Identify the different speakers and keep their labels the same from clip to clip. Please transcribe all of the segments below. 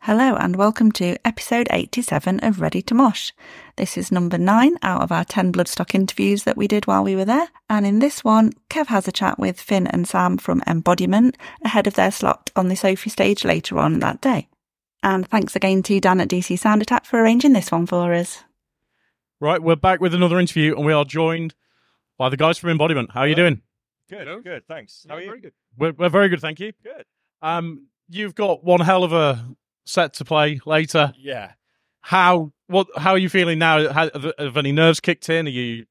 Speaker 1: Hello and welcome to episode 87 of Ready to Mosh. This is number nine out of our 10 Bloodstock interviews that we did while we were there. And in this one, Kev has a chat with Finn and Sam from Embodiment ahead of their slot on the Sophie stage later on that day. And thanks again to Dan at DC Sound Attack for arranging this one for us.
Speaker 2: Right, we're back with another interview, and we are joined by the guys from Embodiment. How are you doing?
Speaker 3: Good,
Speaker 4: Hello?
Speaker 3: good. Thanks. How are you?
Speaker 4: Very good.
Speaker 2: We're, we're very good, thank you.
Speaker 3: Good.
Speaker 2: Um, you've got one hell of a set to play later.
Speaker 3: Yeah.
Speaker 2: How what? How are you feeling now? How, have, have any nerves kicked in? Are you,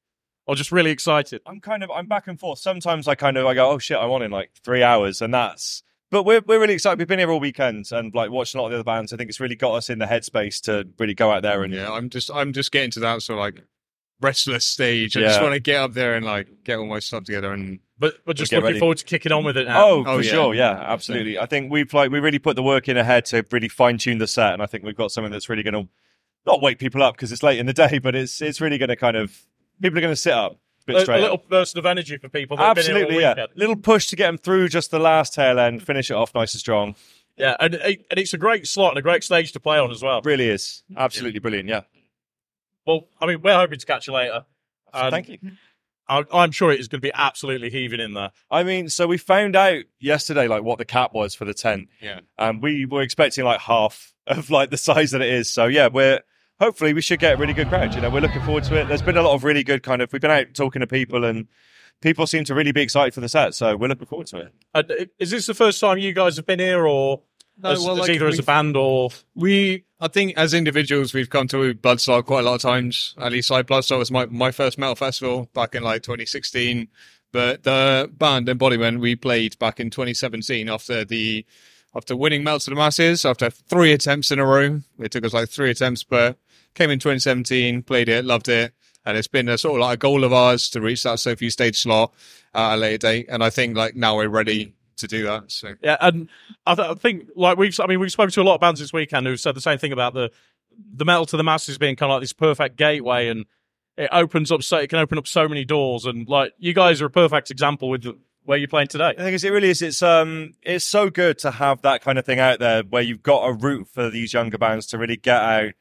Speaker 2: or just really excited?
Speaker 3: I'm kind of I'm back and forth. Sometimes I kind of I go, oh shit, I want in like three hours, and that's. But we're we're really excited. We've been here all weekend and like watching a lot of the other bands. I think it's really got us in the headspace to really go out there and
Speaker 4: Yeah, I'm just I'm just getting to that sort of like restless stage. I just
Speaker 3: Yeah.
Speaker 4: want to get up there and like get all my stuff together and
Speaker 2: But but just
Speaker 3: get
Speaker 2: looking
Speaker 3: ready.
Speaker 2: forward to kicking on with it now.
Speaker 3: Oh,
Speaker 4: Oh,
Speaker 3: for
Speaker 4: yeah.
Speaker 3: sure, yeah, absolutely. I think we've like we really put the work in ahead to really fine tune the set, and I think we've got something that's really going to not wake people up because it's late in the day, but it's it's really going to kind of people are going to sit up a
Speaker 2: a,
Speaker 3: bit
Speaker 2: a
Speaker 3: straight. up.
Speaker 2: little burst of energy for people. That have been
Speaker 3: Absolutely,
Speaker 2: here all
Speaker 3: yeah.
Speaker 2: weekend.
Speaker 3: Little push to get them through just the last tail end, finish it off nice and strong.
Speaker 2: yeah, and it- and it's a great slot and a great stage to play on as well.
Speaker 3: Really is absolutely brilliant. Yeah,
Speaker 2: Well, I mean, we're hoping to catch you later. And
Speaker 3: thank you.
Speaker 2: I, I'm sure it is going to be absolutely heaving in there.
Speaker 3: I mean, so we found out yesterday like what the cap was for the tent,
Speaker 4: yeah.
Speaker 3: and we were expecting like half of like the size that it is. So yeah, we're hopefully we should get a really good crowd. You know, we're looking forward to it. There's been a lot of really good kind of. We've been out talking to people, and people seem to really be excited for the set. So we're looking forward to it.
Speaker 2: And i- Uh, is this the first time you guys have been here, or
Speaker 4: No,
Speaker 2: as,
Speaker 4: well,
Speaker 2: as
Speaker 4: like,
Speaker 2: either as a
Speaker 4: we've-
Speaker 2: band or
Speaker 4: We I think as individuals we've come to Bloodstar quite a lot of times. At least like Bloodstar was my, my first metal festival back in like twenty sixteen. But the band Embodiment we played back in twenty seventeen after the after winning Melt to the Masses, after three attempts in a row. It took us like three attempts, but came in 2017, played it, loved it. And it's been a sort of like a goal of ours to reach that Sophie stage slot at a later date. And I think like now we're ready to do that. So
Speaker 2: yeah? And I, th- I think like we've, I mean, we've spoken to a lot of bands this weekend who've said the same thing about the the metal to the masses being kind of like this perfect gateway, and it opens up so it can open up so many doors. And like you guys are a perfect example with the, where you're playing today.
Speaker 3: The thing is, it really is. It's um, it's so good to have that kind of thing out there where you've got a route for these younger bands to really get out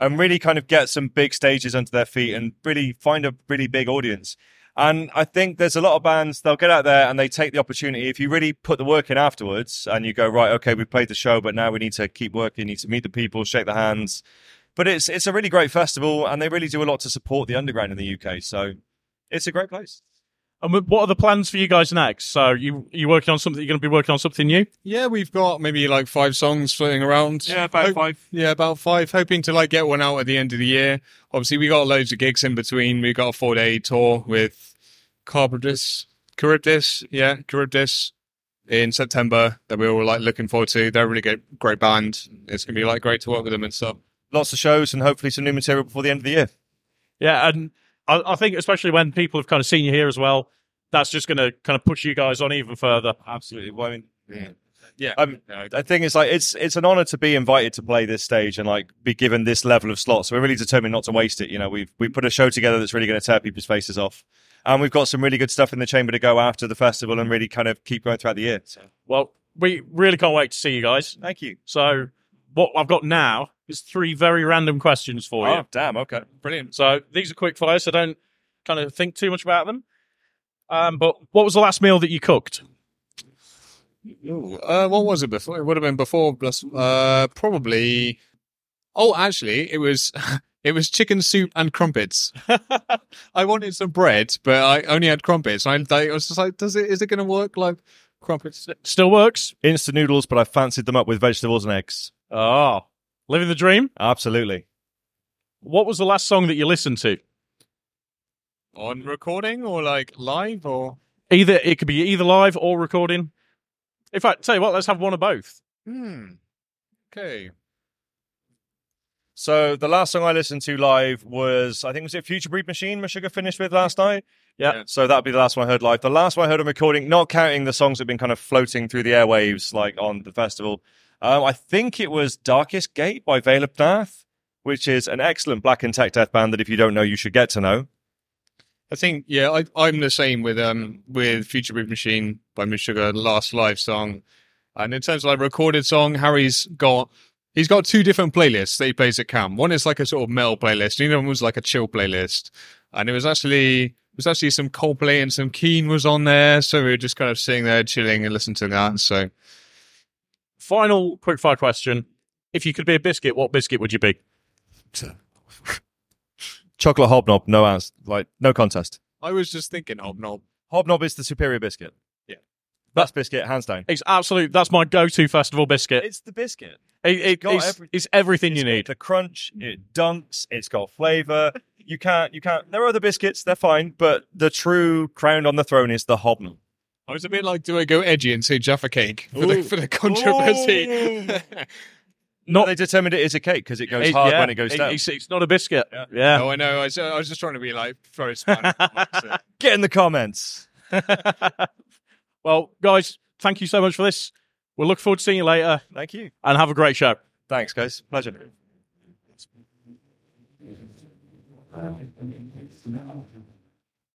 Speaker 3: and really kind of get some big stages under their feet and really find a really big audience. And I think there's a lot of bands they'll get out there and they take the opportunity. If you really put the work in afterwards and you go right, okay, we played the show, but now we need to keep working. Need to meet the people, shake the hands. But it's it's a really great festival, and they really do a lot to support the underground in the UK. So it's a great place.
Speaker 2: And wh- what are the plans for you guys next? So you you working on something? You're going to be working on something new?
Speaker 4: yeah, we've got maybe like five songs floating around. Hope-
Speaker 2: five.
Speaker 4: Yeah, about five. Hoping to like get one out at the end of the year. Obviously, we got loads of gigs in between. We got a four day tour with Carybdis, Charybdis, yeah, Charybdis in September that we are all like looking forward to. They're a really good, great band. It's gonna be like great to work with them and stuff.
Speaker 3: Lots of shows and hopefully some new material before the end of the year.
Speaker 2: Yeah, and I, I think especially when people have kind of seen you here as well, that's just going to kind of push you guys on even further.
Speaker 3: Absolutely. Well, I mean,
Speaker 4: Yeah,
Speaker 3: Um, the thing is, like, it's it's an honor to be invited to play this stage and like be given this level of slot. So we're really determined not to waste it. You know, we've we put a show together that's really going to tear people's faces off, and we've got some really good stuff in the chamber to go after the festival and really kind of keep going throughout the year. So
Speaker 2: Well, we really can't wait to see you guys.
Speaker 3: thank you.
Speaker 2: So what I've got now is three very random questions for you.
Speaker 3: Oh, damn. Okay.
Speaker 4: brilliant.
Speaker 2: So these are quick fire, so don't kind of think too much about them. Um, but what was the last meal that you cooked?
Speaker 4: Ooh, uh, what was it before? It would have been before. Plus, uh, probably. Oh, actually, it was. It was chicken soup and crumpets. I wanted some bread, but I only had crumpets. And I, I was just like, "Does it? Is it going to work?" Like crumpets.
Speaker 2: Still works.
Speaker 3: Instant noodles, but I fancied them up with vegetables and eggs.
Speaker 2: Oh, living the dream.
Speaker 3: Absolutely.
Speaker 2: What was the last song that you listened to?
Speaker 4: On recording or like live or
Speaker 2: Either it could be either live or recording. In fact, tell you what, let's have one of both.
Speaker 4: hmm. Okay.
Speaker 3: So the last song I listened to live was I think was it Future Breed Machine Meshuggah finished with last night.
Speaker 2: Yeah.
Speaker 4: Yeah.
Speaker 3: So that'd be the last one I heard live. The last one I heard on recording, not counting the songs that've been kind of floating through the airwaves like on the festival. Um, I think it was Darkest Gate by Vale of Pnath, which is an excellent black and tech death band that if you don't know, you should get to know.
Speaker 4: I think yeah, I, I'm the same with um with Future Beat Machine by Meshuggah, last live song, and in terms of like recorded song, Harry's got. he- he's got two different playlists that he plays at camp. One is like a sort of metal playlist, and the other one was like a chill playlist. And it was actually it was actually some Coldplay and some Keen was on there, so we were just kind of sitting there chilling and listening to that. So
Speaker 2: Final quick fire question: If you could be a biscuit, what biscuit would you be?
Speaker 3: Chocolate hobnob, no answer. Like no contest.
Speaker 4: I was just thinking "Oh, hobnob.
Speaker 3: Hobnob is the superior biscuit.
Speaker 4: Yeah.
Speaker 3: best biscuit, hands down.
Speaker 2: It's absolute. That's my go-to festival biscuit. It,
Speaker 3: It's the biscuit.
Speaker 2: it-
Speaker 3: got
Speaker 2: it's,
Speaker 3: everything.
Speaker 2: it's everything
Speaker 3: It's
Speaker 2: you
Speaker 3: got
Speaker 2: need. Mm.
Speaker 3: the crunch. It dunks. It's got flavour. You can't. You can't. There are other biscuits. They're fine, but the true crown on the throne is the hobnob.
Speaker 4: I was a bit like, do I go edgy and say Jaffa cake for, the,
Speaker 2: Ooh.
Speaker 4: for the controversy?
Speaker 3: Ooh.
Speaker 2: Not
Speaker 3: they determined it is a cake because it goes
Speaker 2: It-
Speaker 3: hard
Speaker 2: yeah,
Speaker 3: when it goes down.
Speaker 2: It's, it's not a biscuit.
Speaker 3: Yeah.
Speaker 2: Yeah.
Speaker 4: oh, I know. I was, I was just trying to be like throw span. at comments there.
Speaker 3: Get in the comments.
Speaker 2: well, guys, thank you so much for this. We'll look forward to seeing you later
Speaker 3: Thank you.
Speaker 2: and have a great show.
Speaker 3: Thanks, guys. Pleasure.